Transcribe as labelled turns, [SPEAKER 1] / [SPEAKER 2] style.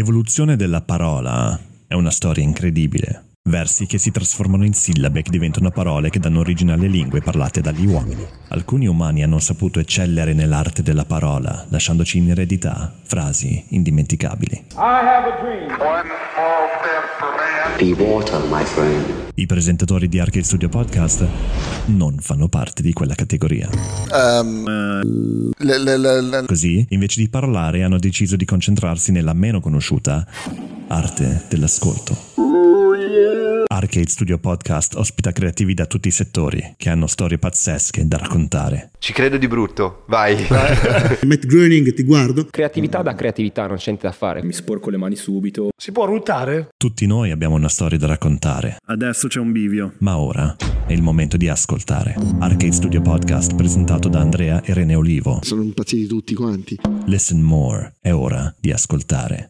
[SPEAKER 1] L'evoluzione della parola è una storia incredibile. Versi che si trasformano in sillabe che diventano parole che danno origine alle lingue parlate dagli uomini. Alcuni umani hanno saputo eccellere nell'arte della parola, lasciandoci in eredità frasi indimenticabili.
[SPEAKER 2] I have a dream.
[SPEAKER 3] One small step for man,
[SPEAKER 4] Be water, my friend.
[SPEAKER 1] I presentatori di Arcade Studio Podcast non fanno parte di quella categoria.
[SPEAKER 5] Ehm, Le- le- le- le-
[SPEAKER 1] Così, invece di parlare, hanno deciso di concentrarsi nella meno conosciuta arte dell'ascolto. Arcade Studio Podcast ospita creativi da tutti i settori che hanno storie pazzesche da raccontare.
[SPEAKER 6] Ci credo di brutto, vai.
[SPEAKER 7] Matt Groening, ti guardo.
[SPEAKER 8] Creatività da creatività, non c'è niente da fare.
[SPEAKER 9] Mi sporco le mani subito.
[SPEAKER 10] Si può ruttare?
[SPEAKER 1] Tutti noi abbiamo una storia da raccontare,
[SPEAKER 10] Adesso c'è un bivio.
[SPEAKER 1] ma ora è il momento di ascoltare. Arcade Studio Podcast presentato da Andrea e Rene Olivo.
[SPEAKER 5] Sono impazziti tutti quanti.
[SPEAKER 1] Listen More, è ora di ascoltare.